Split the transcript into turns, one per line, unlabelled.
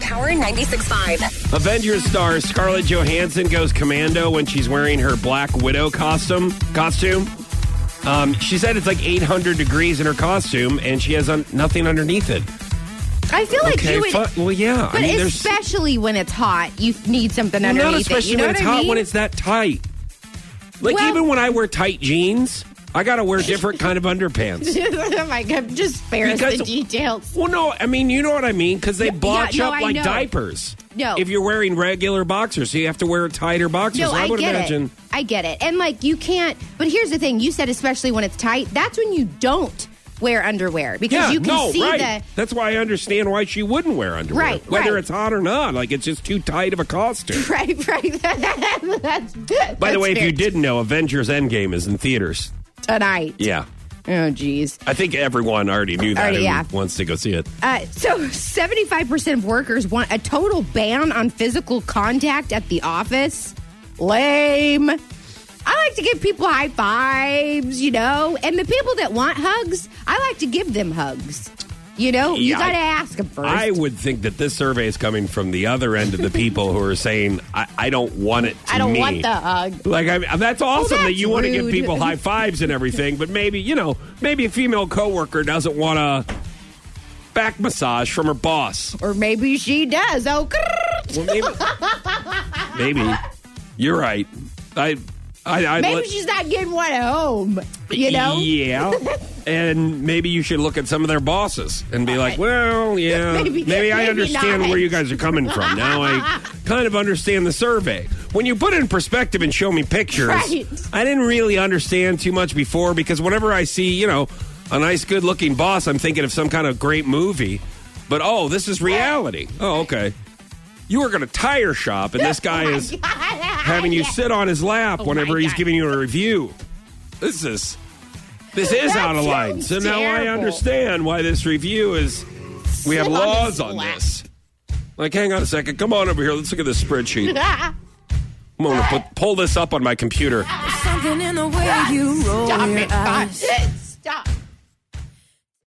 Power 96.5.
Avengers star Scarlett Johansson goes commando when she's wearing her Black Widow costume. Costume. Um, she said it's like 800 degrees in her costume, and she has un- nothing underneath it.
I feel like
Okay.
you would.
fu- well, yeah.
But
I mean, there's
especially when it's hot, you need something
Well,
underneath
not
it.
especially
You know
when
what
it's
I
hot
mean?
when it's that tight. Like
Well-
even when I wear tight jeans, I gotta wear different kind of underpants.
oh my god! Just spare us
Because-
the details.
Well, no, I mean you know what I mean because they blotch
no,
up
I
like
know.
diapers.
No.
if you're wearing regular boxers, so you have to wear tighter boxers.
No,
So
I,
would
get
imagine.
it. I get it. And like you can't. But here's the thing: you said especially when it's tight. That's when you don't wear underwear because
Yeah,
you can
no,
see
right.
the.
That's why I understand why she wouldn't wear underwear,
Right,
whether
right.
it's hot or not. Like it's just too tight of a costume.
Right, right. that's good.
By the way, if you didn't know, Avengers Endgame is in theaters.
tonight.
Yeah,
Oh, geez.
I think everyone already knew that.
Already,
who
yeah.
wants to go see it.
Uh, so, 75% of workers want a total ban on physical contact at the office. Lame. I like to give people high fives, you know, and the people that want hugs, I like to give them hugs. You know, you
Yeah, I-
got to ask them first.
I would think that this survey is coming from the other end of the people who are saying, I, I don't want it to
I don't
me."
want the hug.
Like, I that's awesome that
that's
you want to give
rude.
people high fives and everything, but maybe, you know, maybe a female coworker doesn't want a back massage from her boss.
Or maybe she does. Oh, grrr.
Well, maybe, maybe. You're right. I, I, I
maybe
let-
she's not getting one at home, you know?
Yeah. and maybe you should look at some of their bosses and be like, well, yeah, maybe,
Maybe-
I
maybe
understand
not."
where you guys are coming from. Now I kind of understand the survey. When you put it in perspective and show me pictures,
Right.
I didn't really understand too much before because whenever I see, you know, a nice, good looking boss, I'm thinking of some kind of great movie. But oh, this is reality. Oh, okay. You were going to tire shop, and this guy is having you sit on his lap
Oh,
whenever
my
he's
God.
giving you a review. This is this is
That
out of line.
sounds
So now I
terrible.
understand why this review is. We have
Sit on
laws
his
on
lap.
this. Like, hang on a second. Come on over here. Let's look at this spreadsheet. I'm going to put, pull this up on my computer.
Something in the way you roll
Stop
your
it.
eyes.
Stop it.